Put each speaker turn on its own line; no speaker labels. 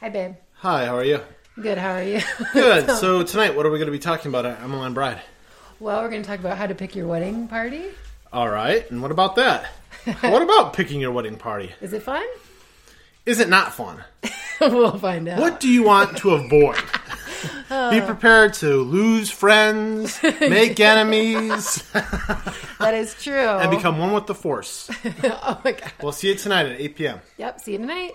Hi, babe.
Hi, how are you?
Good. How are you?
Good. so tonight, what are we going to be talking about at Emmeline Bride?
well, we're going to talk about how to pick your wedding party.
All right, and what about that? what about picking your wedding party?
Is it fun?
Is it not fun?
we'll find out.
What do you want to avoid? Be prepared to lose friends, make enemies,
That is true.
and become one with the force.
oh my god.
We'll see you tonight at 8 p.m.
Yep. See you tonight.